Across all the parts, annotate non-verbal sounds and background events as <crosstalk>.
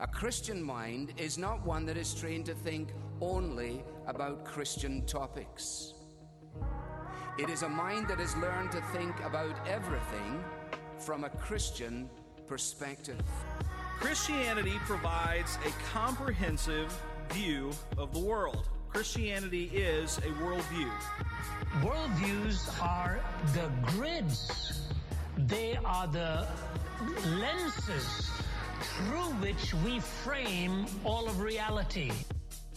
A Christian mind is not one that is trained to think only about Christian topics. It is a mind that has learned to think about everything from a Christian perspective. Christianity provides a comprehensive view of the world. Christianity is a worldview. Worldviews are the grids, they are the lenses through which we frame all of reality.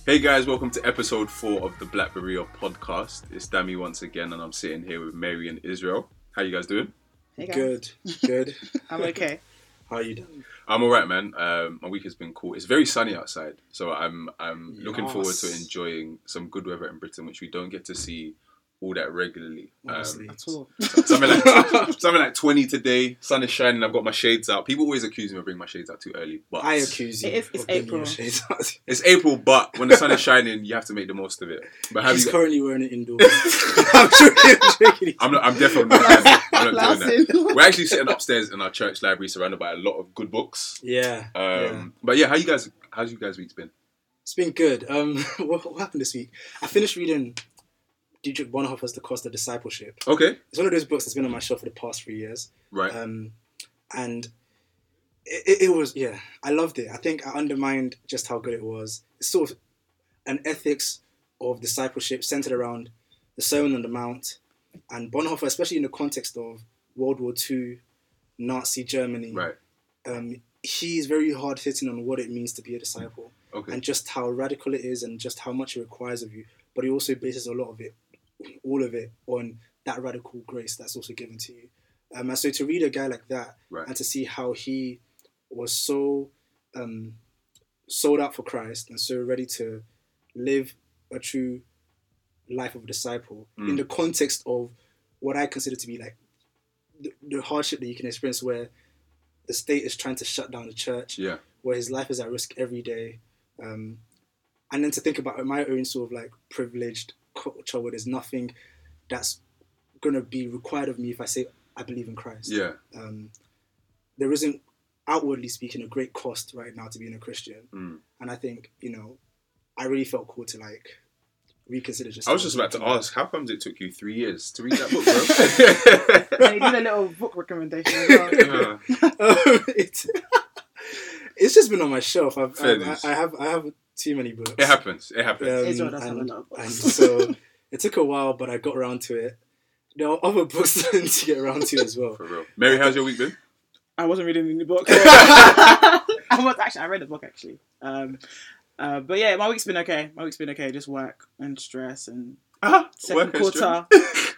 Hey guys, welcome to episode four of the Blackberry Up podcast. It's Dami once again, and I'm sitting here with Mary and Israel. How you guys doing? Hey, guys. Good, good. I'm <laughs> okay. How you doing? I'm all right, man. Um, my week has been cool. It's very sunny outside, so I'm I'm looking forward to Yes. enjoying some good weather in Britain, which we don't get to see all that regularly. Um, Honestly. At all. <laughs> something <laughs> like something like 20 today. Sun is shining. I've got my shades out. People always accuse me of bringing my shades out too early, but I accuse you. It is- it's of bringing April. your shades <laughs> out. It's April, but when the sun is shining, you have to make the most of it. But have He's you? currently wearing it indoors. <laughs> I'm joking. I'm joking. I'm not, I'm definitely not, I'm not doing Blasting. that. We're actually sitting upstairs in our church library, surrounded by a lot of good books. Yeah. Um, yeah. But yeah, how you guys? How's you guys' weeks been? It's been good. Um, <laughs> what, what happened this week? I finished reading Dietrich Bonhoeffer's The Cost of Discipleship. Okay, It's one of those books that's been on my shelf for the past three years. right. Um, and it, it, it was, yeah, I loved it. I think I undermined just how good it was. It's sort of an ethics of discipleship centered around the Sermon on the Mount and Bonhoeffer, especially in the context of World War II, Nazi Germany. right. Um, he's very hard hitting on what it means to be a disciple Okay. and just how radical it is and just how much it requires of you. But he also bases a lot of it, all of it, on that radical grace that's also given to you. Um, and so to read a guy like that Right. and to see how he was so um, sold out for Christ and so ready to live a true life of a disciple in Mm. the context of what I consider to be like the, the hardship that you can experience where the state is trying to shut down the church, yeah. where his life is at risk every day. Um, and then to think about my own sort of like privileged culture where there's nothing that's going to be required of me if I say I believe in Christ. Yeah. Um, there isn't, outwardly speaking, a great cost right now to being a Christian. Mm. And I think, you know, I really felt cool to like reconsider just. I was just about to ask, how comes it took you three years to read that book, bro? And he did a little book recommendation as well. Yeah. <laughs> it, it's just been on my shelf. I've, Fair I've, I, news. I have I have too many books. it happens. It happens. Um, Israel does have a and- lot of books. and so it took a while, but I got around to it. There are other <laughs> books to get around to as well. For real. Mary, how's your week been? <laughs> I wasn't reading any book. <laughs> I was actually. I read a book actually. Um, uh, but yeah, my week's been okay. My week's been okay. Just work and stress and Ah, Uh-huh. second work and quarter. <laughs>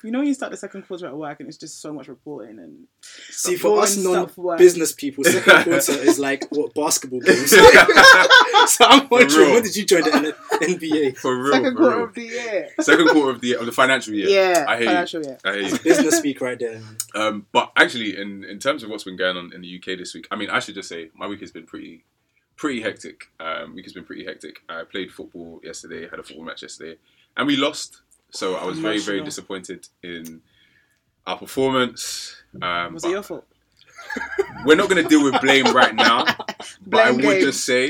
you know, when you start the second quarter at work and it's just so much reporting and See, for us boring stuff work. non-business <laughs> people, second quarter is like what basketball games. <laughs> so stress. I'm wondering, real. when did you join the N- NBA? for real. second for quarter real. of the year. Second quarter of the of the financial year. Oh, Yeah, I hear you. financial year. I hear <laughs> you. Business speak right there. man. Um, but actually, in, in terms of what's been going on in the UK this week, I mean, I should just say my week has been pretty pretty hectic. Um, week has been pretty hectic. I played football yesterday, had a football match yesterday, and we lost. So I was very very Emotional. disappointed in our performance. Um, Was but it your fault? We're not going to deal with blame right <laughs> now, but I Blame would game. just say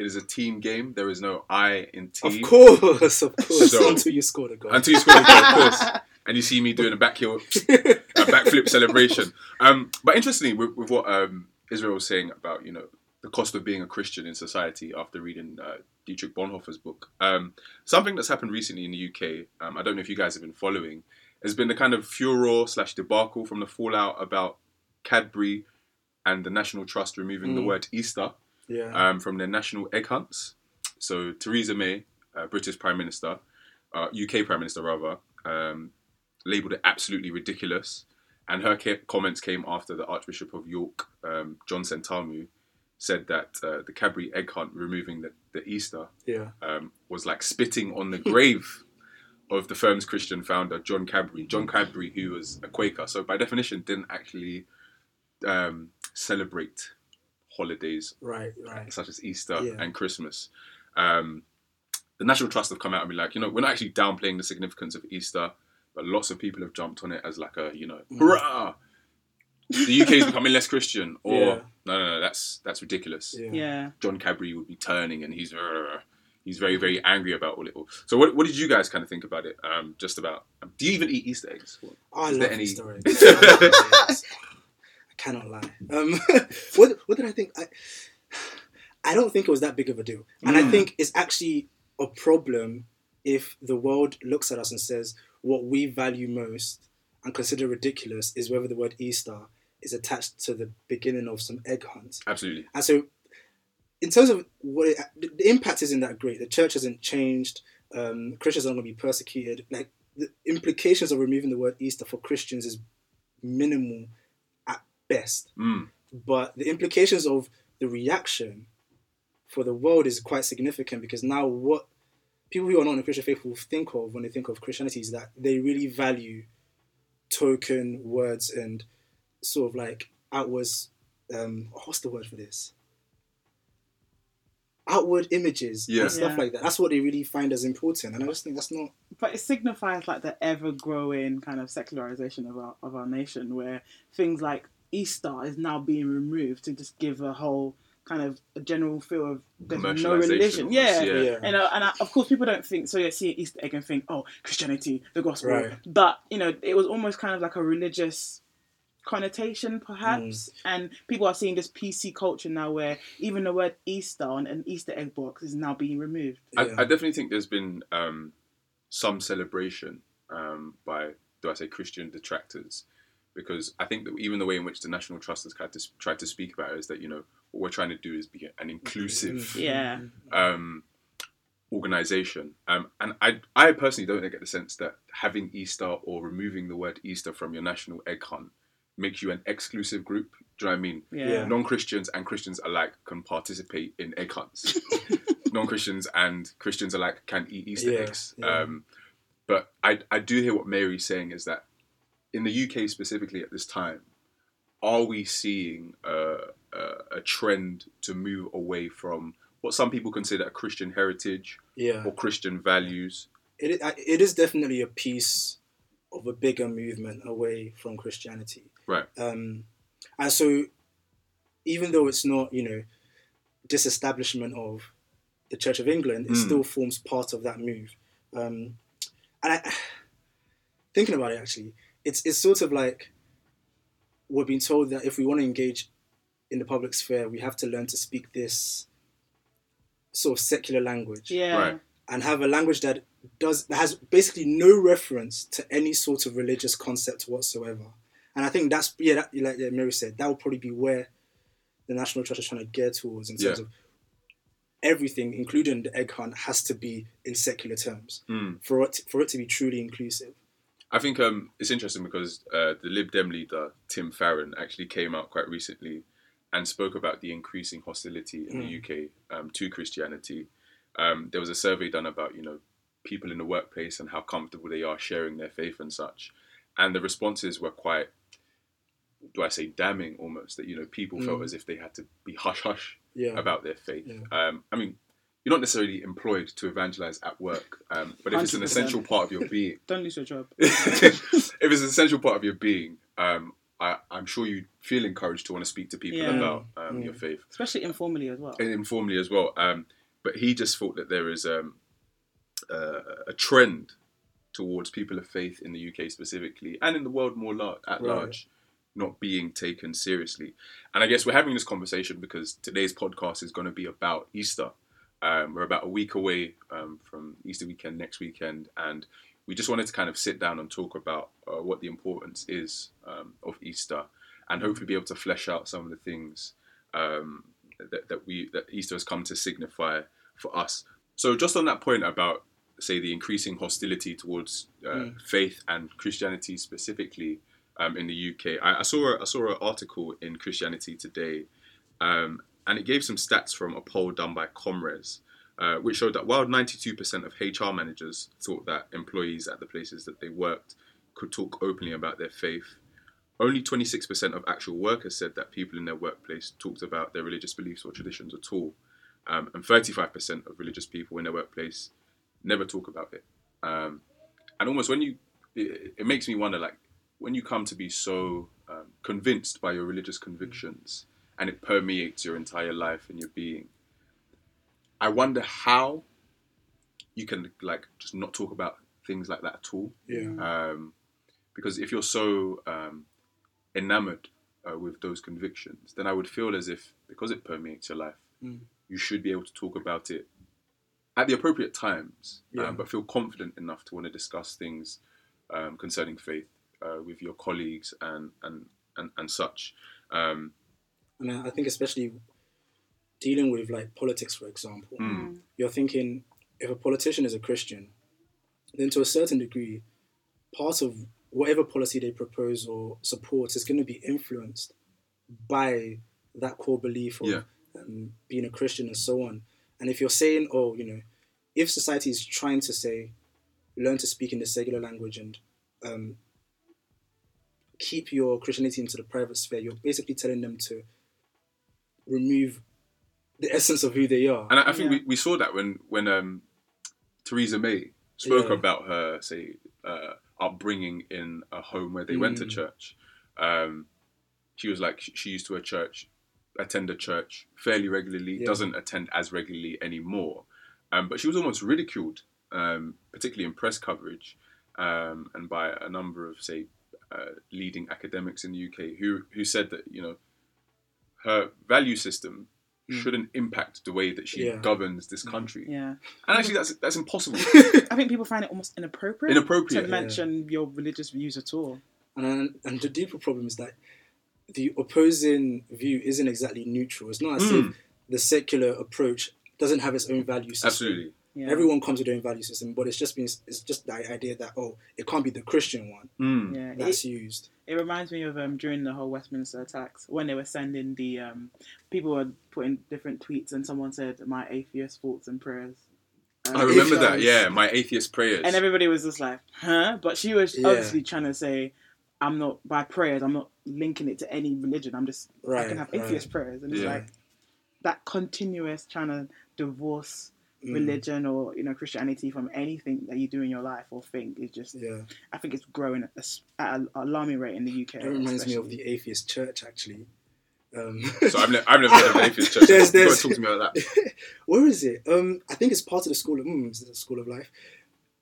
it is a team game. There is no I in team. Of course, of course. Mm-hmm. So- until you score the goal. <laughs> Until you score the goal, of course. And you see me doing a back heel, a backflip celebration. Um, but interestingly, with, with what um, Israel was saying about you know the cost of being a Christian in society after reading uh, Dietrich Bonhoeffer's book, um, something that's happened recently in the UK. Um, I don't know if you guys have been following. Has been the kind of furor slash debacle from the fallout about Cadbury and the National Trust removing the Mm. word Easter yeah. um, from their national egg hunts. So Theresa May, uh, British Prime Minister, uh, UK Prime Minister rather, um, labelled it absolutely ridiculous, and her ca- comments came after the Archbishop of York, um, John Sentamu, said that uh, the Cadbury egg hunt removing the, the Easter yeah. um, was like spitting on the grave of the firm's Christian founder, John Cadbury. John Cadbury, who was a Quaker, so by definition didn't actually um, celebrate holidays Right. Right. such as Easter Yeah. and Christmas. Um, the National Trust have come out and be like, you know, we're not actually downplaying the significance of Easter, but lots of people have jumped on it as like a, you know, hurrah, the UK is becoming less Christian, or Yeah. no, no, no, that's that's ridiculous. Yeah. Yeah. John Cabri would be turning, and he's he's very very angry about all it. All. So what, what did you guys kind of think about it? Um, just about do you even eat Easter eggs? Is I love there there any- Easter <laughs> eggs. I love Easter eggs. I cannot lie. Um, <laughs> what what did I think? I I don't think it was that big of a deal, and Mm. I think it's actually a problem if the world looks at us and says what we value most and consider ridiculous is whether the word Easter is attached to the beginning of some egg hunt. Absolutely. And so, in terms of what it, the, the impact isn't that great. The church hasn't changed. Um, Christians aren't going to be persecuted. Like the implications of removing the word Easter for Christians is minimal at best. Mm. But the implications of the reaction for the world is quite significant because now what people who are not in the Christian faith will think of when they think of Christianity is that they really value token words and sort of like outwards um what's the word for this outward images Yeah. and stuff Yeah. like that that's what they really find as important and i just think that's not but it signifies like the ever growing kind of secularization of our of our nation where things like Easter is now being removed to just give a whole kind of a general feel of there's no Commercialization religion. almost, Yeah. yeah. Yeah. And, uh, and uh, of course, people don't think so. They see an Easter egg and think, "Oh, Christianity, the gospel." Right. But you know, it was almost kind of like a religious connotation, perhaps. And people are seeing this PC culture now, where even the word Easter on an Easter egg box is now being removed. I, Yeah. I definitely think there's been um, some celebration um, by, do I say, Christian detractors, because I think that even the way in which the National Trust has tried to, tried to speak about it is that you know what we're trying to do is be an inclusive Yeah. um, organization, um, and I, I personally don't get the sense that having Easter or removing the word Easter from your national egg hunt makes you an exclusive group. Do you know what I mean? Yeah. Yeah. non Christians and Christians alike can participate in egg <laughs> hunts. non Christians and Christians alike can eat Easter Yeah, eggs. yeah. Um, but I, I do hear what Mary's saying is that in the UK specifically at this time, are we seeing a, a, a trend to move away from what some people consider a Christian heritage yeah or Christian values? it, I- it is definitely a piece of a bigger movement away from christianity Right. um, and so even though it's not you know disestablishment of the Church of England, it Mm. still forms part of that move. Um, and I, thinking about it actually, it's it's sort of like we're being told that if we want to engage in the public sphere, we have to learn to speak this sort of secular language Yeah. Right. and have a language that does that has basically no reference to any sort of religious concept whatsoever. And I think that's yeah, that, like yeah, Mary said, that will probably be where the national church is trying to gear towards in terms Yeah. of everything, including the egg hunt, has to be in secular terms Mm. for it for it to be truly inclusive. I think um, it's interesting because uh, the Lib Dem leader Tim Farron actually came out quite recently and spoke about the increasing hostility Hmm. in the UK um, to Christianity. Um, there was a survey done about you know people in the workplace and how comfortable they are sharing their faith and such, and the responses were quite, do I say, damning almost. That you know people felt as if they had to be hush hush Hmm. Yeah. about their faith. Um, I mean. You're not necessarily employed to evangelize at work, um, but if it's an 100%. essential part of your being, Don't lose your job. if it's an essential part of your being, um, I, I'm sure you feel encouraged to want to speak to people Yeah. about um, your faith especially informally as well. and informally as well. Um, but he just thought that there is um, uh, a trend towards people of faith in the UK specifically and in the world more lar- at Right. large not being taken seriously. And I guess we're having this conversation because today's podcast is going to be about Easter. Um, we're about a week away um, from Easter weekend next weekend, and we just wanted to kind of sit down and talk about uh, what the importance is um, of Easter, and hopefully be able to flesh out some of the things um, that, that we that Easter has come to signify for us. So just on that point about say the increasing hostility towards uh, faith and Christianity specifically um, in the UK, I, I saw a, I saw an article in Christianity Today, um, and it gave some stats from a poll done by Comres. Uh, which showed that while 92% of HR managers thought that employees at the places that they worked could talk openly about their faith, only 26% of actual workers said that people in their workplace talked about their religious beliefs or traditions at all. Um, and 35% of religious people in their workplace never talk about it. Um, and almost when you, it, it makes me wonder like, when you come to be so um, convinced by your religious convictions and it permeates your entire life and your being. I wonder how you can like just not talk about things like that at all. Yeah. Um, because if you're so um, enamored uh, with those convictions, then I would feel as if because it permeates your life, you should be able to talk about it at the appropriate times, Yeah. um, but feel confident enough to want to discuss things um, concerning faith uh, with your colleagues and and and, and such. Um, And I I think especially dealing with like politics, for example, you're thinking if a politician is a Christian, then to a certain degree, part of whatever policy they propose or support is going to be influenced by that core belief of Yeah. um, being a Christian and so on. And if you're saying, oh, you know, if society is trying to say, learn to speak in the secular language and um, keep your Christianity into the private sphere, you're basically telling them to remove the essence of who they are. And I, I think we, we saw that when when um, Theresa May spoke Yeah. about her say uh, upbringing in a home where they went Mm. to church. Um, she was like she- she used to a church, attend a church fairly regularly, Yeah. doesn't attend as regularly anymore. Um, but she was almost ridiculed, um, particularly in press coverage, um, and by a number of say uh, leading academics in the UK who who said that you know her value system shouldn't impact the way that she Yeah. governs this country. Yeah. And actually, that's that's impossible. I think people find it almost inappropriate, Inappropriate, to yeah. mention your religious views at all. And, and the deeper problem is that the opposing view isn't exactly neutral. It's not as Hmm. if the secular approach doesn't have its own value system. Absolutely. Yeah. Everyone comes with their own value system, but it's just been it's just the idea that oh, it can't be the Christian one Hmm. yeah. It, that's used. it reminds me of um, during the whole Westminster attacks when they were sending the um, people were putting different tweets and someone said my atheist thoughts and prayers. Um, I remember so- that. Yeah, my atheist prayers. And everybody was just like, huh? But she was Yeah. obviously trying to say, I'm not by prayers. I'm not linking it to any religion. I'm just I Right, can have right. atheist prayers, and it's Yeah. like that continuous trying to divorce Mm. religion or you know Christianity from anything that you do in your life or think is just. Yeah, I think it's growing at, a s- at an alarming rate in the UK. that reminds me of especially. the atheist church actually. Um, so I've, ne- I've never heard of an atheist church. There's- You gotta there's- talk to me about that. where is it? Um, I think it's part of the school of mm, is it the school of life,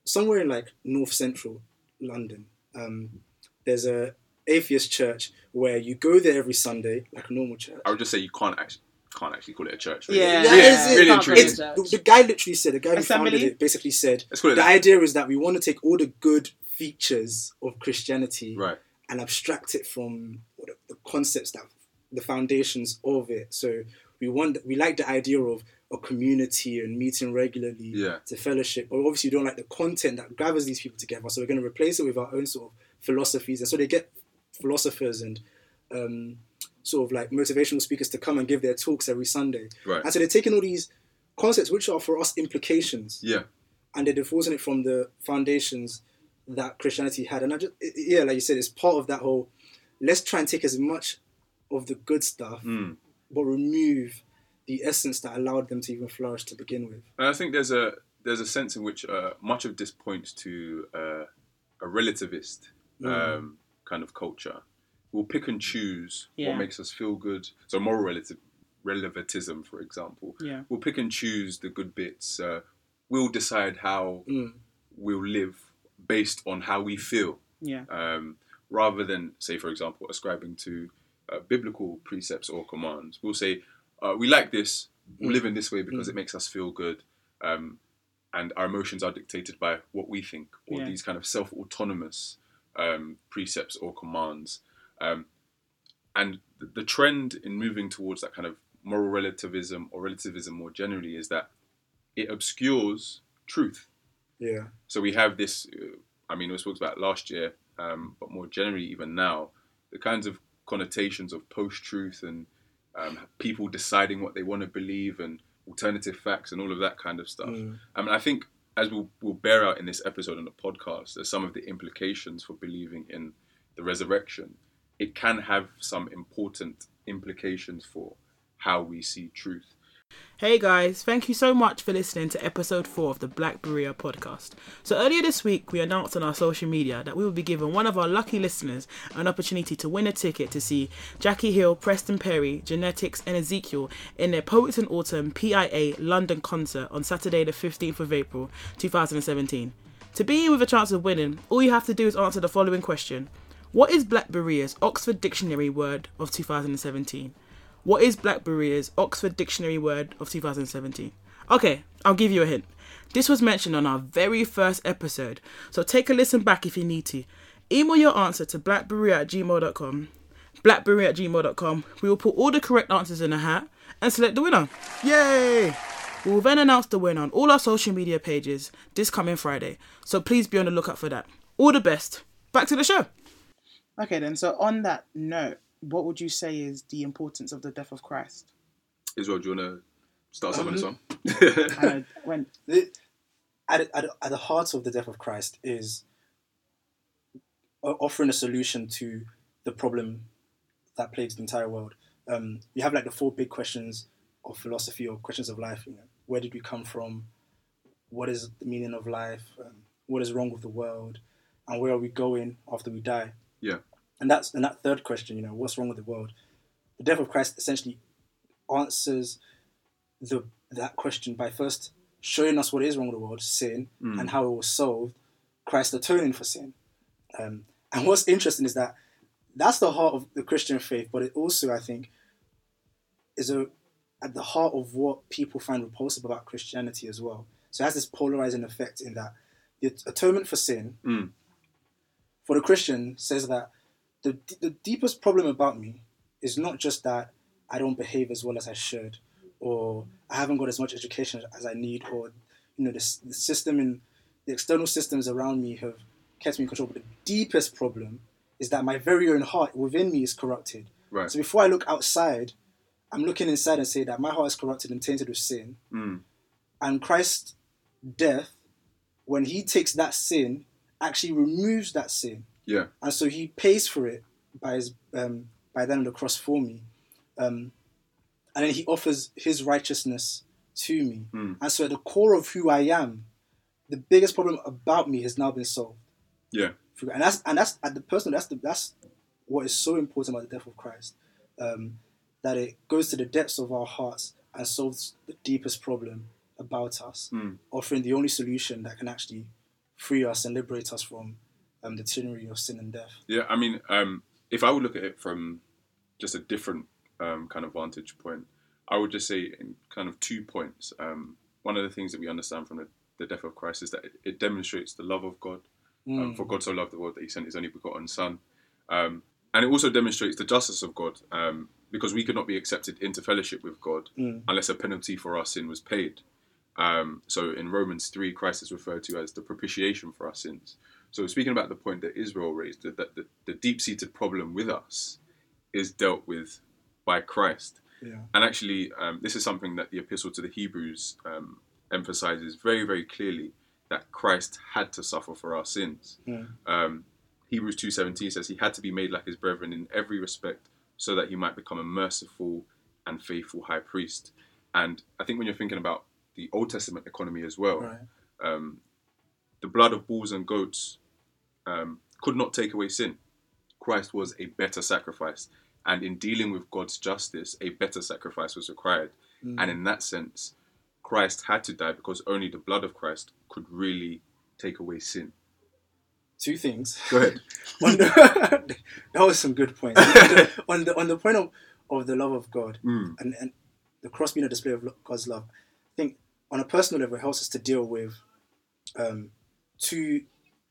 somewhere in like north central London. Um, there's a atheist church where you go there every Sunday, like a normal church. I would just say you can't actually can't actually call it a church. Really. Yeah. Yeah, Yeah, it's- it's it's- really not intriguing. really it's- the, the guy literally said, the guy who Assembly? founded it basically said, Let's call it the that. idea is that we want to take all the good features of Christianity Right. and abstract it from what the- the concepts that the foundations of it. So we want, we like the idea of a community and meeting regularly Yeah. to fellowship, but obviously we don't like the content that gathers these people together. So we're going to replace it with our own sort of philosophies, and so they get philosophers and um, sort of like motivational speakers to come and give their talks every Sunday. Right. And so they're taking all these concepts, which are for us implications, Yeah. and they're divorcing it from the foundations that Christianity had. And I just, i- i- yeah, like you said, it's part of that whole let's try and take as much of the good stuff, but remove the essence that allowed them to even flourish to begin with. And I think there's a there's a sense in which uh, much of this points to uh, a relativist Mm. um, kind of culture. We'll pick and choose what Yeah. makes us feel good. So moral relative relativism, for example, Yeah. we'll pick and choose the good bits. Uh, we'll decide how Mm. we'll live based on how we feel yeah. um, rather than, say, for example, ascribing to uh, biblical precepts or commands. We'll say, uh, we like this, we'll live in this way because it makes us feel good, um, and our emotions are dictated by what we think, or Yeah. these kind of self autonomous um, precepts or commands. Um, and th- the trend in moving towards that kind of moral relativism or relativism more generally is that it obscures truth. Yeah. So we have this. uh, I mean, we spoke about last year, um, but more generally, even now, the kinds of connotations of post-truth and um, people deciding what they want to believe and alternative facts and all of that kind of stuff. I mean, I think as we'll, we'll bear out in this episode on the podcast, there's some of the implications for believing in the resurrection. It can have some important implications for how we see truth. Hey guys, thank you so much for listening to episode 4 of the Black Berea podcast. So, earlier this week, we announced on our social media that we will be giving one of our lucky listeners an opportunity to win a ticket to see Jackie Hill, Preston Perry, Genetics, and Ezekiel in their Poets in Autumn PIA London concert on Saturday, the 15th of April 2017. To be in with a chance of winning, all you have to do is answer the following question What is Black Berea's Oxford Dictionary word of 2017? What is Blackberry's Oxford Dictionary word of 2017? Okay, I'll give you a hint. This was mentioned on our very first episode, so take a listen back if you need to. Email your answer to blackberry at gmail.com. Blackberry at gmail.com. We will put all the correct answers in a hat and select the winner. Yay! We will then announce the winner on all our social media pages this coming Friday, so please be on the lookout for that. All the best. Back to the show. Okay, then. So, on that note, what would you say is the importance of the death of Christ? Israel, do you want to start singing a song? And I went, the, at, at, at the heart of the death of Christ is o- offering a solution to the problem that plagues the entire world. Um, you have like the four big questions of philosophy or questions of life. You know, where did we come from? What is the meaning of life? Um, what is wrong with the world? And where are we going after we die? <laughs> yeah. and that's and that third question, you know, what's wrong with the world? The death of Christ essentially answers the that question by first showing us what is wrong with the world, sin, and how it was solved. Christ atoning for sin. Um, and what's interesting is that that's the heart of the Christian faith, but it also, I think, is a at the heart of what people find repulsive about Christianity as well. So it has this polarizing effect in that the atonement for sin for the Christian says that the, the deepest problem about me is not just that I don't behave as well as I should, or I haven't got as much education as I need, or you know the, s- the system in the external systems around me have kept me in control. But the deepest problem is that my very own heart within me is corrupted. Right. So before I look outside, I'm looking inside and say that my heart is corrupted and tainted with sin. And Christ's death, when he takes that sin, actually removes that sin Yeah. and so he pays for it by his um, by then on the cross for me, um, and then he offers his righteousness to me. And so at the core of who I am, the biggest problem about me has now been solved. Yeah. And that's and that's at the personal. That's the that's what is so important about the death of Christ, um, that it goes to the depths of our hearts and solves the deepest problem about us, offering the only solution that can actually free us and liberate us from um, the tyranny of sin and death. Yeah, I mean, um, if I would look at it from just a different um, kind of vantage point, I would just say in kind of two points. Um, one of the things that we understand from the, the death of Christ is that it, it demonstrates the love of God. Um, for God so loved the world that he sent his only begotten Son. Um, and it also demonstrates the justice of God um, because we could not be accepted into fellowship with God unless a penalty for our sin was paid. Um, so in Romans 3, Christ is referred to as the propitiation for our sins. So speaking about the point that Israel raised, that, that the, the deep-seated problem with us is dealt with by Christ. Yeah. And actually, um, this is something that the epistle to the Hebrews um, emphasizes very, very clearly that Christ had to suffer for our sins. Um, Hebrews 2.17 says he had to be made like his brethren in every respect so that he might become a merciful and faithful high priest. And I think when you're thinking about the Old Testament economy as well, Right. um, the blood of bulls and goats um, could not take away sin. Christ was a better sacrifice. And in dealing with God's justice, a better sacrifice was required. And in that sense, Christ had to die because only the blood of Christ could really take away sin. Two things. Go ahead. on the, <laughs> that was some good points. on, the, on the on the point of, of the love of God and, and the cross being a display of lo- God's love, I think on a personal level it helps us to deal with um, two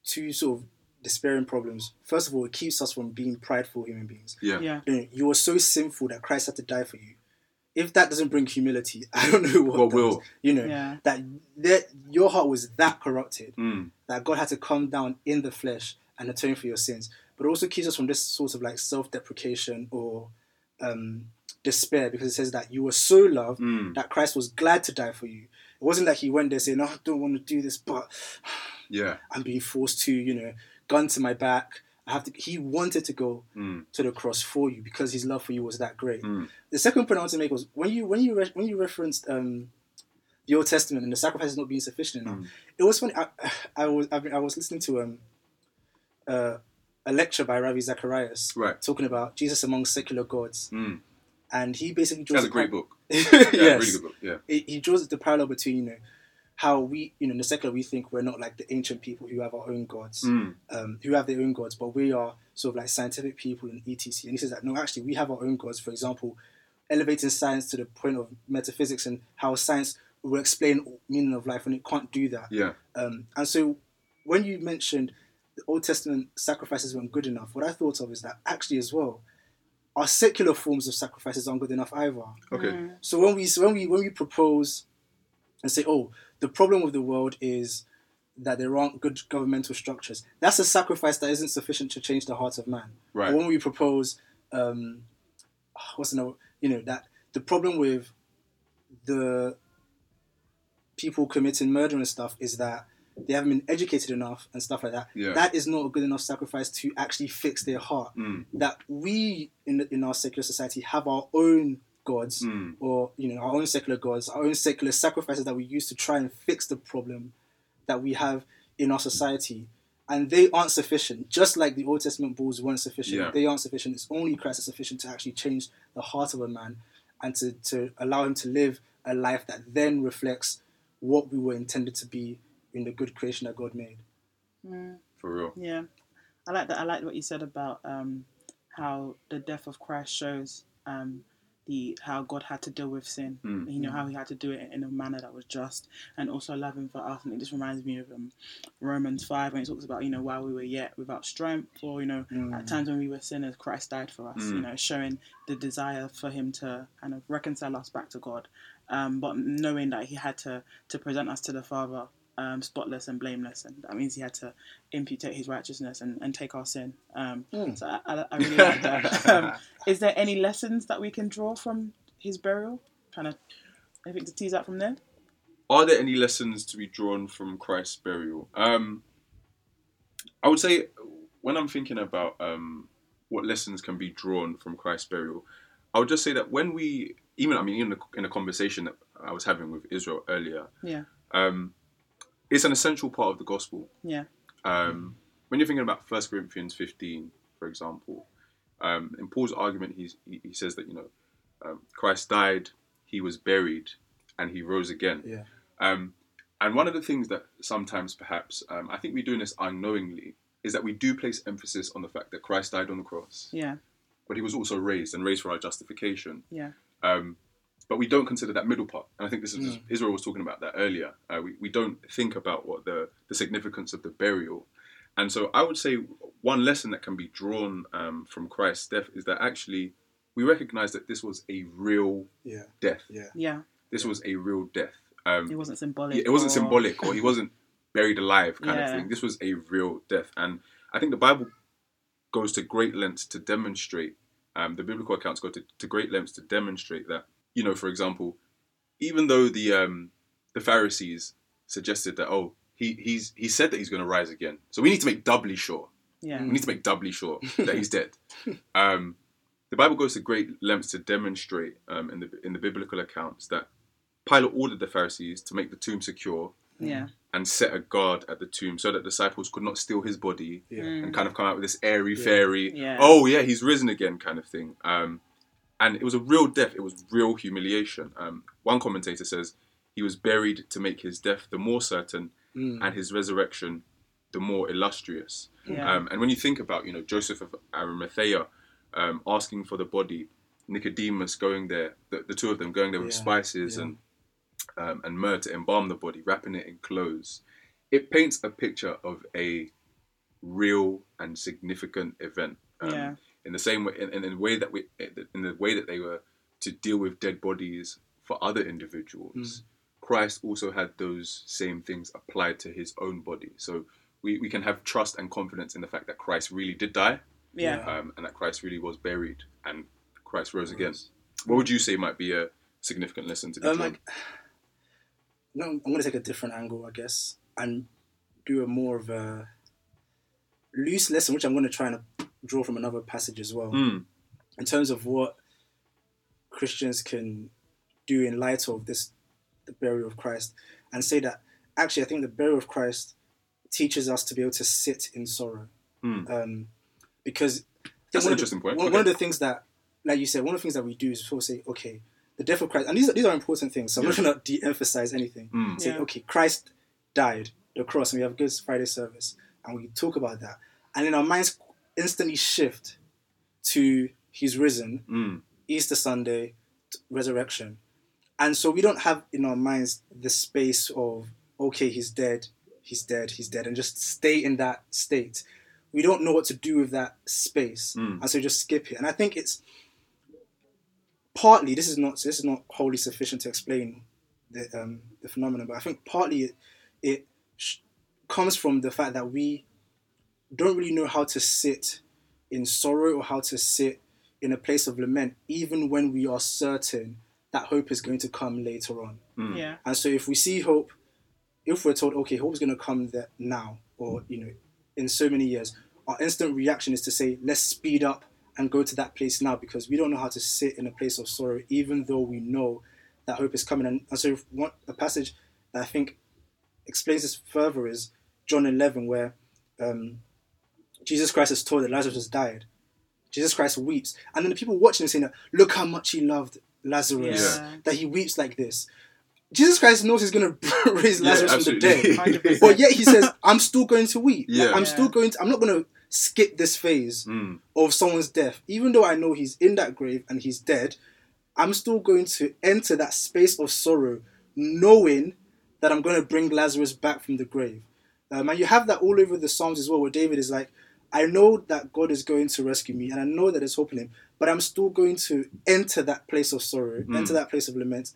two sort of despairing problems. First of all, it keeps us from being prideful human beings. Yeah. yeah. You, know, you are so sinful that Christ had to die for you. If that doesn't bring humility, <laughs> I don't know what, What does. will. You know Yeah. that that your heart was that corrupted Hmm. that God had to come down in the flesh and atone for your sins. But it also keeps us from this sort of like self-deprecation or um, despair because it says that you were so loved Hmm. that Christ was glad to die for you. It wasn't like he went there saying, "Oh, "No, I don't want to do this, but Yeah. I'm being forced to." You know, gun to my back. I have to. He wanted to go Hmm. to the cross for you because his love for you was that great. The second point I want to make was when you when you re- when you referenced um, the Old Testament and the sacrifices not being sufficient Hmm. enough. It was funny. I, I was I've been, I was listening to um, uh, a lecture by Ravi Zacharias Right. Hmm. talking about Jesus among secular gods, and he basically draws That's a great par- book. <laughs> Yeah, yes. really good book. Yeah. He- he draws the parallel between you know how we you know in the secular we think we're not like the ancient people who have our own gods um, who have their own gods but we are sort of like scientific people and etc and he says that no actually we have our own gods for example elevating science to the point of metaphysics and how science will explain meaning of life when it can't do that Yeah. um, and so when you mentioned the Old Testament sacrifices weren't good enough, what I thought of is that actually as well, our secular forms of sacrifices aren't good enough either. Okay. So when we so when we when we propose and say, oh, the problem with the world is that there aren't good governmental structures, that's a sacrifice that isn't sufficient to change the heart of man. Right. Or when we propose, um, what's another, you know, that the problem with the people committing murder and stuff is that they haven't been educated enough and stuff like that. Yeah. That is not a good enough sacrifice to actually fix their heart. That we in the, in our secular society have our own gods or you know our own secular gods, our own secular sacrifices that we use to try and fix the problem that we have in our society. And they aren't sufficient. Just like the Old Testament bulls weren't sufficient, Yeah. they aren't sufficient. It's only Christ that's sufficient to actually change the heart of a man and to, to allow him to live a life that then reflects what we were intended to be in the good creation that God made. For real. Yeah, I like that. I like what you said about um, how the death of Christ shows um, the how God had to deal with sin. You know how He had to do it in a manner that was just and also loving for us. And it just reminds me of um, Romans five when it talks about you know while we were yet without strength, or you know at times when we were sinners, Christ died for us. You know, showing the desire for Him to kind of reconcile us back to God, um, but knowing that He had to to present us to the Father. Um, spotless and blameless, and that means he had to imputate his righteousness and, and take our sin. Um, So I, I, I really like that. um, is there any lessons that we can draw from his burial? Kind of anything to tease out from there? Are there any lessons to be drawn from Christ's burial? Um, I would say when I'm thinking about um, what lessons can be drawn from Christ's burial, I would just say that when we, even I mean, in the in a conversation that I was having with Israel earlier, Yeah, um, it's an essential part of the gospel. yeah, Um, when you're thinking about 1 Corinthians 15, for example, um, in Paul's argument, he's, he, he says that, you know, um, Christ died, he was buried, and he rose again. Yeah. Um, and one of the things that sometimes perhaps, um, I think we're doing this unknowingly, is that we do place emphasis on the fact that Christ died on the cross, yeah, but he was also raised and raised for our justification. yeah, Um, but we don't consider that middle part. And I think this is Israel was talking about that earlier. Uh, we, we don't think about what the, the significance of the burial. And so I would say one lesson that can be drawn um, from Christ's death is that actually we recognize that this was a real Yeah. death. Yeah. yeah. This was a real death. Um, It wasn't symbolic. yeah, it wasn't or- symbolic <laughs> or he wasn't buried alive kind of Yeah. thing. This was a real death. And I think the Bible goes to great lengths to demonstrate, um, the biblical accounts go to, to great lengths to demonstrate that, you know, for example, even though the um, the Pharisees suggested that, oh, he, he's he said that he's going to rise again. So we need to make doubly sure. Yeah, We need to make doubly sure that he's dead. Um, the Bible goes to great lengths to demonstrate um, in the in the biblical accounts that Pilate ordered the Pharisees to make the tomb secure yeah, and set a guard at the tomb so that disciples could not steal his body Yeah. and kind of come out with this airy fairy, Yeah. oh yeah, he's risen again kind of thing. Um, and it was a real death. It was real humiliation. Um, one commentator says he was buried to make his death the more certain Hmm. and his resurrection the more illustrious. Yeah. Um, and when you think about, you know, Joseph of Arimathea um, asking for the body, Nicodemus going there, the, the two of them going there with Yeah, spices yeah. and um, and myrrh to embalm the body, wrapping it in clothes. It paints a picture of a real and significant event. Um, Yeah. In the same way, in, in the way that we, eh, in the way that they were to deal with dead bodies for other individuals, Hmm. Christ also had those same things applied to his own body. So we, we can have trust and confidence in the fact that Christ really did die, yeah. um, and that Christ really was buried, and Christ rose again. What would you say might be a significant lesson to be Um, drawn? like, no, I'm going to take a different angle, I guess, and do a more of a loose lesson, which I'm going to try and draw from another passage as well, Mm. in terms of what Christians can do in light of this, the burial of Christ, and say that actually, I think the burial of Christ teaches us to be able to sit in sorrow, Mm. um, because I think That's an one of the- interesting point. One, Okay. one of the things that, like you said, one of the things that we do is people say, okay, the death of Christ, and these are, these are important things. So I'm not going to de-emphasize anything. Mm. Say, Yeah. okay, Christ died the cross, and we have Good Friday service, and we talk about that, and then our minds instantly shift to He's risen, Mm. Easter Sunday, t- resurrection, and so we don't have in our minds the space of okay, He's dead, He's dead, He's dead, and just stay in that state. We don't know what to do with that space, and so we just skip it. And I think it's partly this is not this is not wholly sufficient to explain the um, the phenomenon, but I think partly it, it sh- comes from the fact that we don't really know how to sit in sorrow or how to sit in a place of lament, even when we are certain that hope is going to come later on. Yeah. And so if we see hope, if we're told, okay, hope's going to come there now, or you know, in so many years, our instant reaction is to say, let's speed up and go to that place now because we don't know how to sit in a place of sorrow, even though we know that hope is coming. And, and so if one, a passage that I think explains this further is John 11, where um, Jesus Christ is told that Lazarus has died. Jesus Christ weeps, and then the people watching him saying, that, "Look how much he loved Lazarus, Yeah. that he weeps like this." Jesus Christ knows he's going to <laughs> raise Yeah, Lazarus from the absolutely. dead, 100%. but yet he says, "I'm still going to weep. Like, Yeah. I'm still going. To, I'm not going to skip this phase Mm. of someone's death, even though I know he's in that grave and he's dead. I'm still going to enter that space of sorrow, knowing that I'm going to bring Lazarus back from the grave. Um, and you have that all over the Psalms as well, where David is like, I know that God is going to rescue me, and I know that there's hope in Him, but I'm still going to enter that place of sorrow, Hmm. enter that place of lament,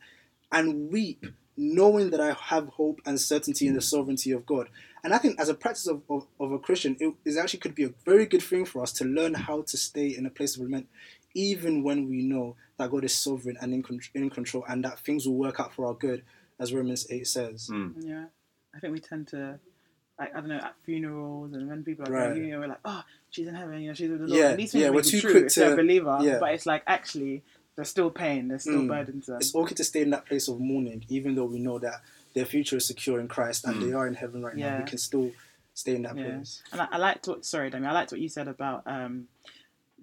and weep, knowing that I have hope and certainty in the sovereignty of God. And I think, as a practice of, of, of a Christian, it is actually could be a very good thing for us to learn how to stay in a place of lament, even when we know that God is sovereign and in, con- in control, and that things will work out for our good, as Romans 8 says. Hmm. Mm. Yeah, I think we tend to, like, I don't know, at funerals and when people are Right. going, you know, we're like, oh, she's in heaven, you know, she's with the Lord. Yeah, and these things yeah, may we're be too true quick if you're to- a believer, yeah. but it's like actually there's still pain, there's still Mm. burdensome. It's okay to stay in that place of mourning, even though we know that their future is secure in Christ and Hmm. they are in heaven right now. Yeah. We can still stay in that Yeah. place. And I, I liked what sorry, Dami, I liked what you said about um,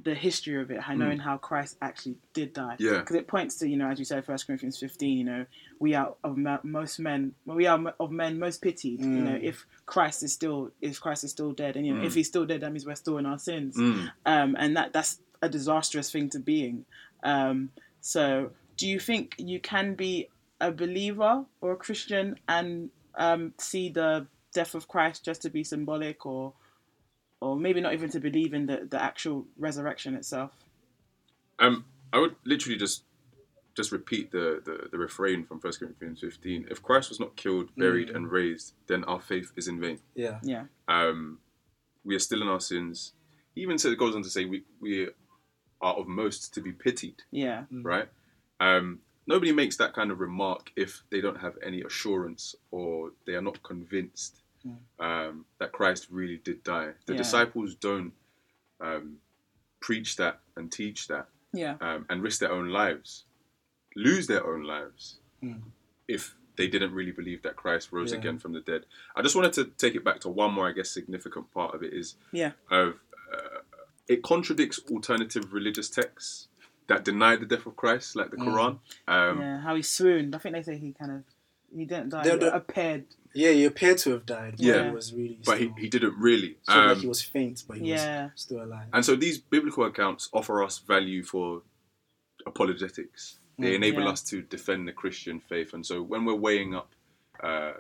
the history of it, how knowing how Christ actually did die. Yeah. Because it points to you know, as you said, First Corinthians fifteen. You know, we are of mo- most men. well, We are mo- of men most pitied. You know, if Christ is still if Christ is still dead, and you know, if he's still dead, that means we're still in our sins. Hmm. Um, and that that's a disastrous thing to being. Um, so, do you think you can be a believer or a Christian and um, see the death of Christ just to be symbolic, or or maybe not even to believe in the, the actual resurrection itself? Um, I would literally just just repeat the, the, the refrain from 1 Corinthians 15. If Christ was not killed, buried, and raised, then our faith is in vain. Yeah. Yeah, Um, we are still in our sins. He even said, it goes on to say, we, we are of most to be pitied, yeah, right? Um, nobody makes that kind of remark if they don't have any assurance or they are not convinced um, that Christ really did die. The Yeah. disciples don't um, preach that and teach that yeah, um, and risk their own lives, lose their own lives, if they didn't really believe that Christ rose Yeah. again from the dead. I just wanted to take it back to one more, I guess, significant part of it is yeah, of uh, it contradicts alternative religious texts that deny the death of Christ, like the Quran. Um, yeah. How he swooned. I think they say he kind of he didn't die, They're but the- appeared. Yeah, he appeared to have died. but Yeah. He was really But he, still- he didn't really. sort of Um, like he was faint, but he Yeah. was still alive. And so these biblical accounts offer us value for apologetics. Mm, They enable yeah. us to defend the Christian faith. And so when we're weighing up uh,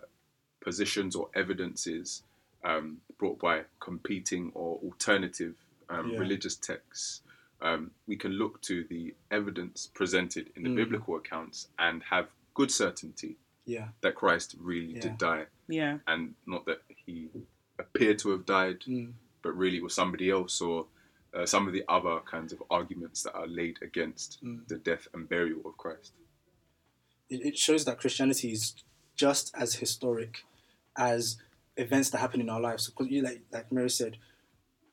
positions or evidences um, brought by competing or alternative um, Yeah. religious texts, um, we can look to the evidence presented in the Mm. biblical accounts and have good certainty Yeah. that Christ really Yeah. did die Yeah, and not that he appeared to have died, but really it was somebody else or uh, some of the other kinds of arguments that are laid against the death and burial of Christ. It, it shows that Christianity is just as historic as events that happen in our lives. Because you like like Mary said,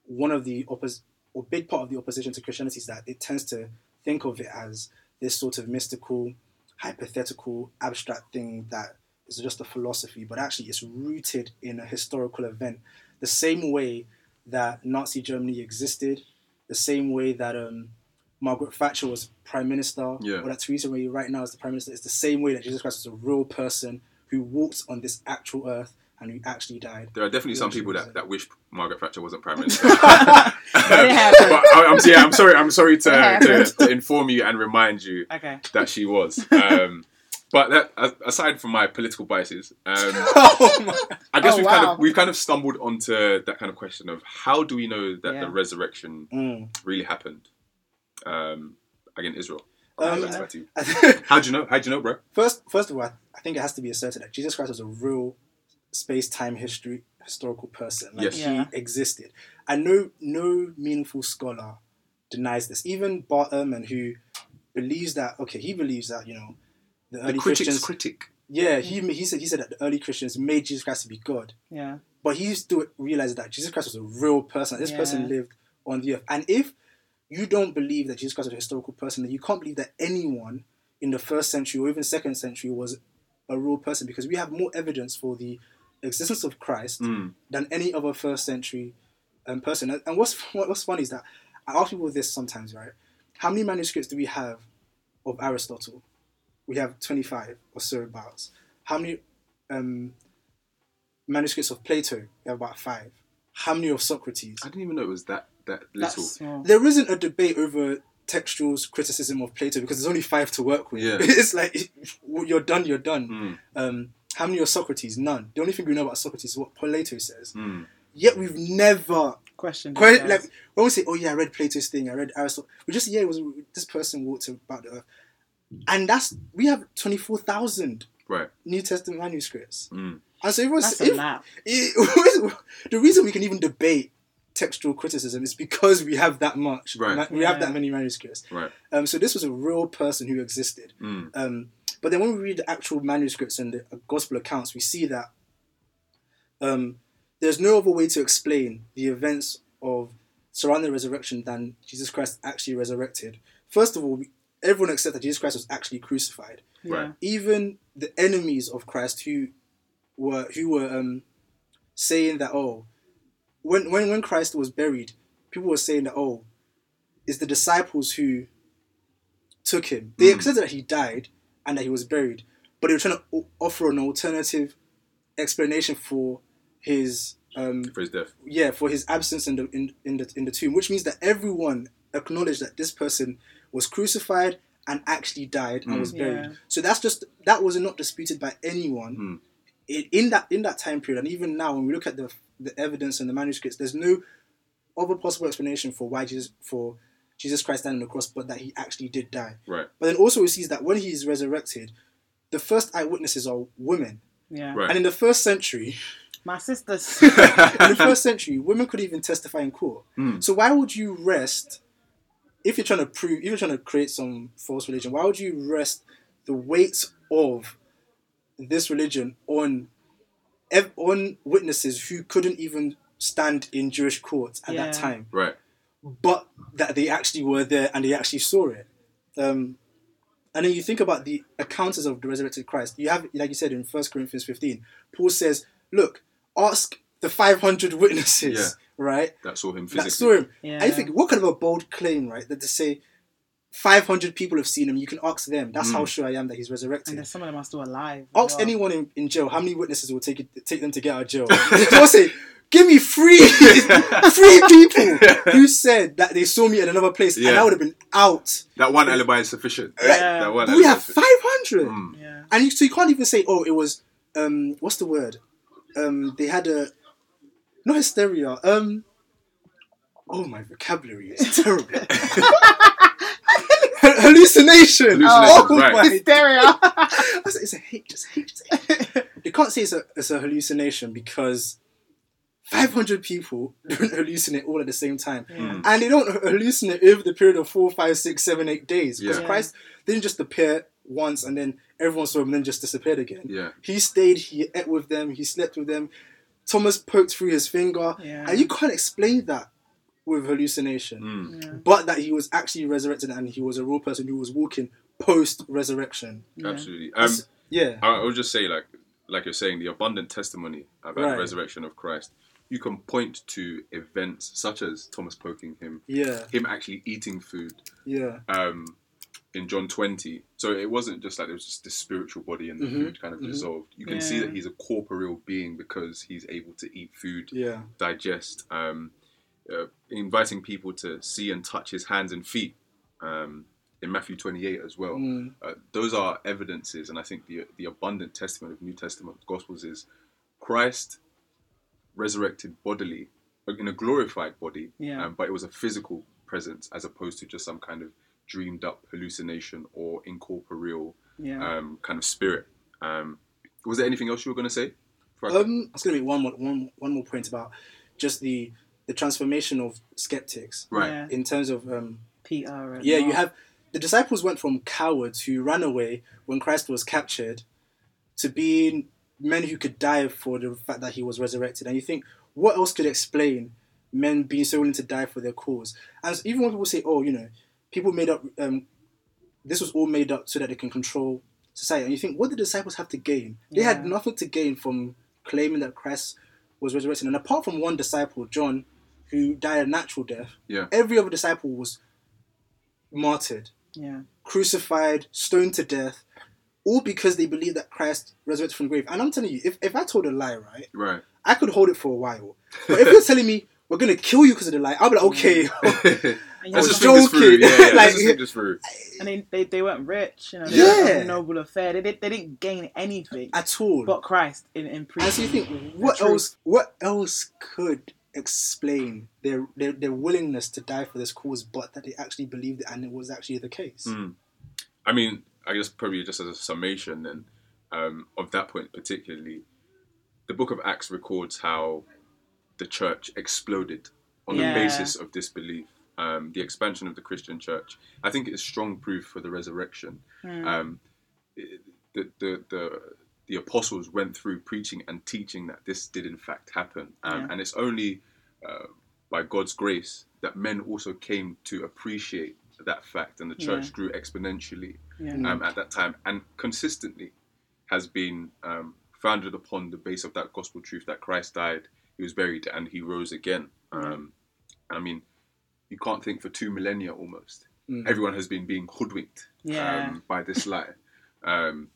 one of the oppos or big part of the opposition to Christianity is that it tends to think of it as this sort of mystical, hypothetical, abstract thing that is just a philosophy, but actually it's rooted in a historical event. The same way that Nazi Germany existed, the same way that um, Margaret Thatcher was prime minister, Yeah. or that Theresa May right now is the prime minister, it's the same way that Jesus Christ is a real person who walked on this actual earth and who actually died. There are definitely some people that, that wish Margaret Thatcher wasn't prime minister. <laughs> happened. But I, I'm, yeah, I'm sorry. I'm sorry It to, to, happened. to inform you and remind you Okay. that she <laughs> was. Um, but that, a- aside from my political biases, um, <laughs> oh my I guess Oh, we've kind wow. of we've kind of stumbled onto that kind of question of how do we know that Yeah. the resurrection Mm. really happened? Um, again, Israel. Um, That's back to you. how do you know? How do you know, bro? first, first of all, I I think it has to be asserted that Jesus Christ was a real space-time history historical person. Like Yes. he Yeah. existed, and no no meaningful scholar denies this. Even Bart Ehrman, who believes that okay, he believes that you know the early The critics Christians. critic. yeah, he he said he said that the early Christians made Jesus Christ to be God, Yeah. but he still realized that Jesus Christ was a real person. This Yeah. person lived on the earth, and if you don't believe that Jesus Christ was a historical person, then you can't believe that anyone in the first century or even second century was a real person because we have more evidence for the existence of Christ than any other first century um, person. And, and what's what- what's funny is that I ask people this sometimes, right? How many manuscripts do we have of Aristotle? We have twenty five or so about. How many um, manuscripts of Plato? We have about five. How many of Socrates? I didn't even know it was that that That's little. small. there isn't a debate over textual's criticism of Plato because there's only five to work with. Yeah. <laughs> Hmm. it's like you're done, you're done. Um, how many of Socrates? None. The only thing we know about Socrates is what Plato says. Hmm. Yet we've never Question. quite guys. like when we say, "Oh yeah, I read Plato's thing. I read Aristotle." We just yeah, it was this person walked about the earth, and that's we have twenty four thousand Right. New Testament manuscripts. Mm. And so everyone's, That's if, a lot. <laughs> it- the reason we can even debate textual criticism is because we have that much. Right. ma- We have that many manuscripts. Right. Mm. Um, so this was a real person who existed. Um, but then when we read the actual manuscripts and the uh, gospel accounts, we see that um, there's no other way to explain the events of surrounding the resurrection than Jesus Christ actually resurrected. First of all, we- everyone accepts that Jesus Christ was actually crucified Right. even the enemies of Christ who were who were um, saying that oh when, when when Christ was buried, people were saying that oh it's the disciples who took him. They accepted that he died and that he was buried, but they were trying to o- offer an alternative explanation for his um, For his death. yeah for his absence in the in, in the in the tomb which means that everyone acknowledged that this person was crucified and actually died and was buried Yeah. so that's just that was not disputed by anyone in, in that in that time period and even now when we look at the the evidence and the manuscripts there's no other possible explanation for why jesus for jesus christ dying on the cross but that he actually did die Right. but then also we see that when he is resurrected the first eyewitnesses are women Yeah. Right. and in the first century My sister's. <laughs> in the first century, women could even testify in court. So why would you rest if you're trying to prove, if you're trying to create some false religion? Why would you rest the weight of this religion on ev- on witnesses who couldn't even stand in Jewish courts at that Yeah. time, Right. but that they actually were there and they actually saw it? Um, and then you think about the encounters of the resurrected Christ. You have, like you said in 1 Corinthians 15, Paul says, Look, ask the 500 <laughs> witnesses, Yeah. right? That saw him physically. That saw him. Yeah. I think, what kind of a bold claim, right? That to say 500 people have seen him, you can ask them. That's Mm. how sure I am that he's and resurrected. there's some of them are still alive. as ask well. anyone in, in jail how many witnesses will take it, take them to get out <laughs> of jail. They'll say, Give me three, three people who said that they saw me at another place, and Yeah. I would have been out. That one alibi is sufficient. Yeah. That one. But we alibi have is Hmm. 500. Yeah. And you, so you can't even say, oh, it was, um, what's the word? Um, they had a, not hysteria. Um, oh, my vocabulary is <laughs> <laughs> terrible. Hallucination. Hallucination, Oh right. my! Hysteria. <laughs> I said, It's a hate. It's a hate. It's a hate. <laughs> they can't say it's a, it's a hallucination because 500 people <laughs> don't hallucinate all at the same time, and they don't hallucinate over the period of four, five, six, seven, eight days. Because Yeah. Christ didn't just appear once and then everyone saw him and then just disappeared again. Yeah. He stayed. He ate with them. He slept with them. Thomas poked through his finger, Yeah. and you can't explain that with hallucination, Mm. but that he was actually resurrected and he was a real person who was walking post resurrection. Absolutely. Um, Yeah. I, I would just say, like, like you're saying, the abundant testimony about the Right. resurrection of Christ. You can point to events such as Thomas poking him, Yeah. him actually eating food Yeah. um, in John 20. So it wasn't just like there was just this spiritual body and the Mm-hmm. food kind of dissolved. You can see Yeah. that he's a corporeal being because he's able to eat food, Yeah. digest, um, uh, inviting people to see and touch his hands and feet. Um, in Matthew 28 as well. Mm. Uh, those are evidences, and I think the the abundant testament of New Testament Gospels is Christ resurrected bodily in a glorified body, Yeah. um, but it was a physical presence as opposed to just some kind of dreamed up hallucination or incorporeal Yeah. um, kind of spirit. Um, was there anything else you were going to say? Before I- Um, I was going to make one more one one more point about just the the transformation of skeptics right. yeah. in terms of um, Peter. and yeah, you Mark. have the disciples went from cowards who ran away when Christ was captured to being men who could die for the fact that he was resurrected. And you think, what else could explain men being so willing to die for their cause? And so even when people say, oh, you know, people made up, um, this was all made up so that they can control society. And you think, what did the disciples have to gain? They had nothing to gain from claiming that Christ was resurrected. And apart from one disciple, John, who died a natural death, Yeah. every other disciple was martyred, Yeah. crucified, stoned to death, all because they believed that Christ resurrected from the grave. And I'm telling you, if, if I told a lie, right, Right. I could hold it for a while. But if you're telling me we're gonna kill you because of the lie, I'll be like, okay, And, you Let's know, was Oh, just think this through. joking. Yeah, yeah, Like- let's just think this through. and they, they, they weren't rich. You know, they weren't Yeah. a noble affair. They, did, they didn't gain anything <laughs> at all. but Christ in in preaching. and so you think, what The truth. else? What else could explain their, their their willingness to die for this cause, but that they actually believed it and it was actually the case? I mean, I guess probably just as a summation then um, of that point particularly, the Book of Acts records how the church exploded on Yeah. the basis of this belief. Um, the expansion of the Christian church, I think, is strong proof for the resurrection. Um, it- the, the the the apostles went through preaching and teaching that this did in fact happen, um, and it's only uh, by God's grace that men also came to appreciate that fact, and the church grew exponentially Yeah. um, at that time and consistently has been um, founded upon the base of that gospel truth that Christ died, he was buried, and he rose again. Um, and I mean, you can't think for two millennia almost. Everyone has been being hoodwinked Mm. Yeah. um, by this lie. Um,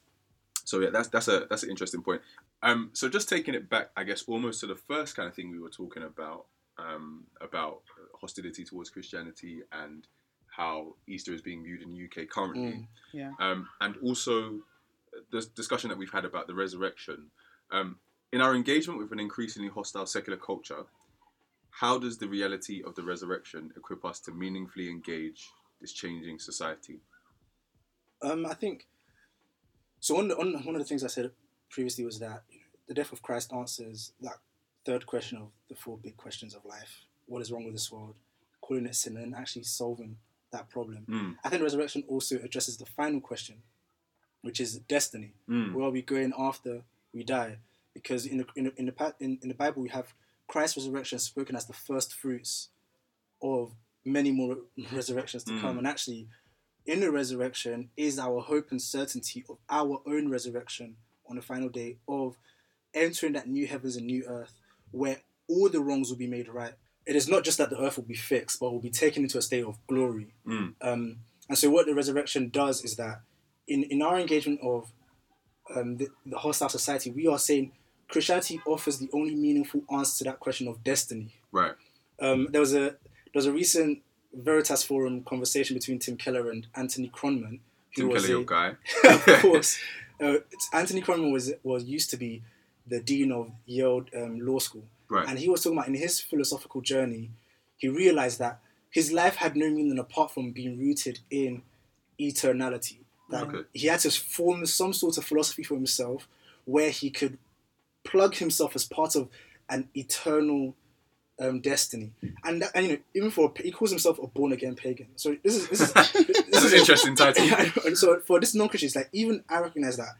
so yeah, that's that's a that's an interesting point. Um, so just taking it back, I guess, almost to the first kind of thing we were talking about um, about hostility towards Christianity and how Easter is being viewed in the UK currently, Mm. yeah. um, and also the discussion that we've had about the resurrection. Um, in our engagement with an increasingly hostile secular culture, how does the reality of the resurrection equip us to meaningfully engage this changing society? Um, I think so. On, the, on one of the things I said previously was that you know, the death of Christ answers that third question of the four big questions of life: what is wrong with this world, calling it sin, and actually solving that problem. I think the resurrection also addresses the final question, which is destiny. Where are we going after we die? Because in the in the, in the, pa- in, in the Bible we have Christ's resurrection spoken as the first fruits of many more resurrections to come, and actually in the resurrection is our hope and certainty of our own resurrection on the final day of entering that new heavens and new earth where all the wrongs will be made right. It is not just that the earth will be fixed, but will be taken into a state of glory. Um, and so, what the resurrection does is that in, in our engagement of um, the, the hostile society, we are saying Christianity offers the only meaningful answer to that question of destiny Right. um, there was a there was a recent Veritas Forum conversation between Tim Keller and Anthony Cronman. Who Tim was Keller, your a- guy. <laughs> of course. Uh, it's- Anthony Cronman was was used to be the dean of Yale um, Law School, Right. and he was talking about in his philosophical journey, he realized that his life had no meaning apart from being rooted in eternality. That Okay. he had to form some sort of philosophy for himself where he could plug himself as part of an eternal um, destiny, and, that, and you know, even for he calls himself a born again pagan. So this is this is, this That's is an interesting <laughs> title. and so for this non-Christian, it's like even I recognize that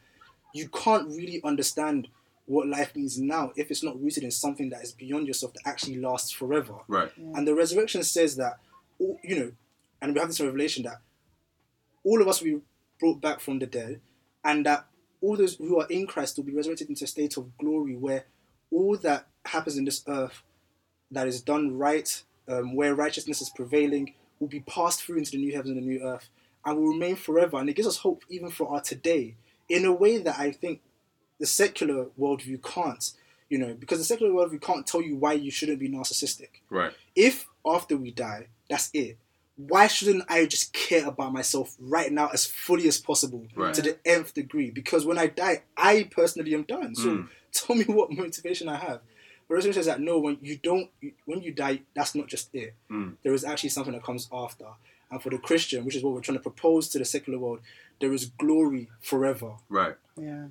you can't really understand what life means now if it's not rooted in something that is beyond yourself that actually lasts forever. Right. And the resurrection says that, all, you know, and we have this revelation that all of us will be brought back from the dead, and that all those who are in Christ will be resurrected into a state of glory where all that happens in this earth that is done right, um, where righteousness is prevailing, will be passed through into the new heavens and the new earth and will remain forever. And it gives us hope even for our today in a way that I think the secular worldview can't, you know, because the secular worldview can't tell you why you shouldn't be narcissistic. Right. If after we die, that's it, why shouldn't I just care about myself right now as fully as possible Right. to the nth degree? Because when I die, I personally am done. So Mm. <laughs> tell me what motivation I have. But Resurrection says that no, when you don't, you- when you die, that's not just it. Mm. There is actually something that comes after. And for the Christian, which is what we're trying to propose to the secular world, there is glory forever. Right. Yeah.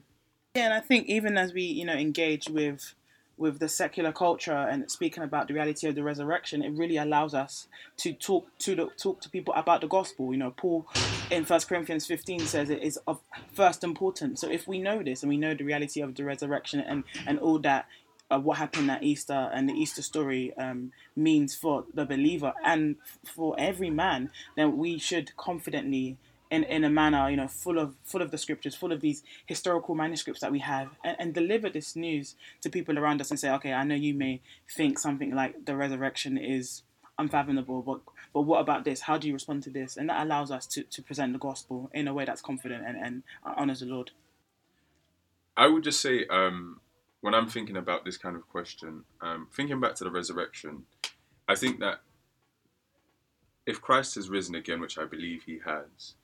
Yeah, and I think even as we, you know, engage with with the secular culture and speaking about the reality of the resurrection, it really allows us to talk to the, talk to people about the gospel. You know, Paul in First Corinthians 15 says it is of first importance. So if we know this and we know the reality of the resurrection and and all that uh, what happened at Easter and the Easter story um, means for the believer and for every man, then we should confidently in, in a manner you know full of full of the scriptures full of these historical manuscripts that we have and, and deliver this news to people around us and say okay i know you may think something like the resurrection is unfathomable but but what about this how do you respond to this and that allows us to, to present the gospel in a way that's confident and, and honors the lord I would just say um, when I'm thinking about this kind of question, um, thinking back to the resurrection, I think that if Christ has risen again, which I believe he has,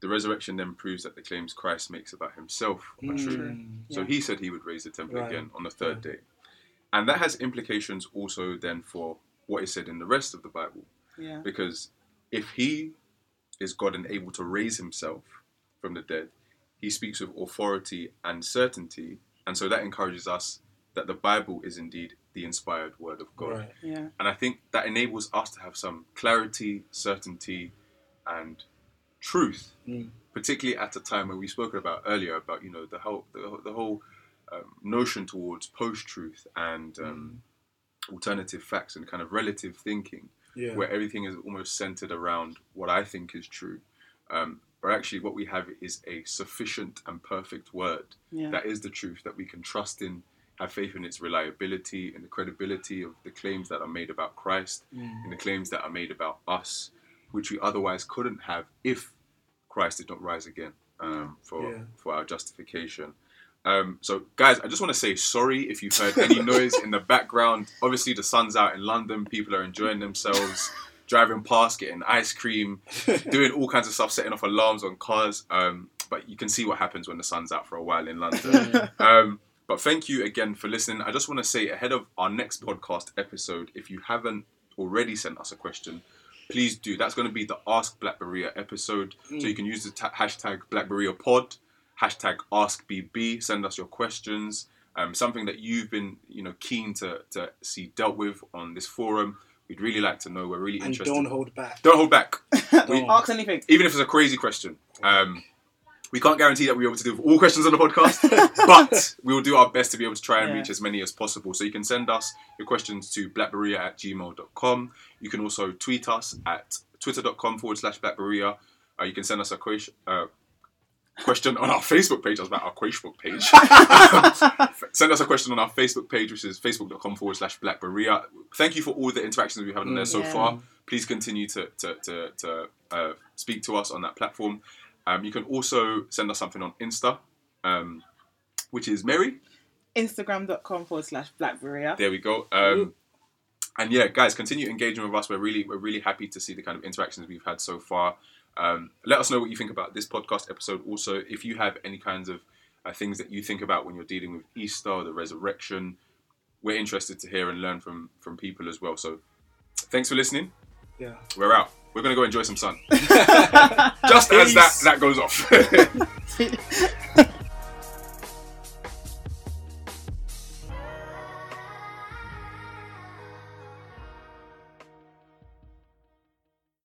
the resurrection then proves that the claims Christ makes about himself are true. So he said he would raise the temple Right. again on the third day. And that has implications also then for what is said in the rest of the Bible. yeah Because if he is God and able to raise himself from the dead, he speaks with authority and certainty. And so that encourages us that the Bible is indeed the inspired word of God. Right. yeah And I think that enables us to have some clarity, certainty, and truth, particularly at a time where we spoke about earlier about you know the whole the, the whole um, notion towards post-truth and um, alternative facts and kind of relative thinking, Yeah. where everything is almost centered around what I think is true. Um, or actually, what we have is a sufficient and perfect word Yeah. that is the truth that we can trust in, have faith in its reliability and the credibility of the claims that are made about Christ and the claims that are made about us, which we otherwise couldn't have if Christ did not rise again um, for Yeah. for our justification. Um, so, guys, I just want to say sorry if you've heard any noise in the background. Obviously, the sun's out in London. People are enjoying themselves, driving past, getting ice cream, doing all kinds of stuff, setting off alarms on cars. Um, but you can see what happens when the sun's out for a while in London. um, but thank you again for listening. I just want to say ahead of our next podcast episode, if you haven't already sent us a question, please do. That's going to be the Ask Black Berea episode. So you can use the ta- hashtag Black Berea Pod, hashtag AskBB. Send us your questions. Um, something that you've been, you know, keen to, to see dealt with on this forum. We'd really like to know. We're really And interested. don't hold back. Don't hold <laughs> back. Don't. ask anything Even if it's a crazy question. Um, we can't guarantee that we're able to do all questions on the podcast, <laughs> but we will do our best to be able to try and Yeah. reach as many as possible. So you can send us your questions to blackberia at gmail.com. You can also tweet us at twitter.com forward slash blackberia. Uh, you can send us a question, uh, question on our Facebook page. I was about our Facebook page. send us a question on our Facebook page, which is facebook.com forward slash blackberia. Thank you for all the interactions we've had on there so far. Please continue to, to, to, to uh, speak to us on that platform. Um, you can also send us something on Insta, um, which is Mary. instagram.com forward slash blackberry There we go. Um, and yeah, guys, continue engaging with us. We're really we're really happy to see the kind of interactions we've had so far. Um, let us know what you think about this podcast episode. Also, if you have any kinds of uh, things that you think about when you're dealing with Easter, the resurrection, we're interested to hear and learn from from people as well. So, thanks for listening. Yeah. We're out. <laughs> We're gonna go enjoy some sun. Just as that that goes off.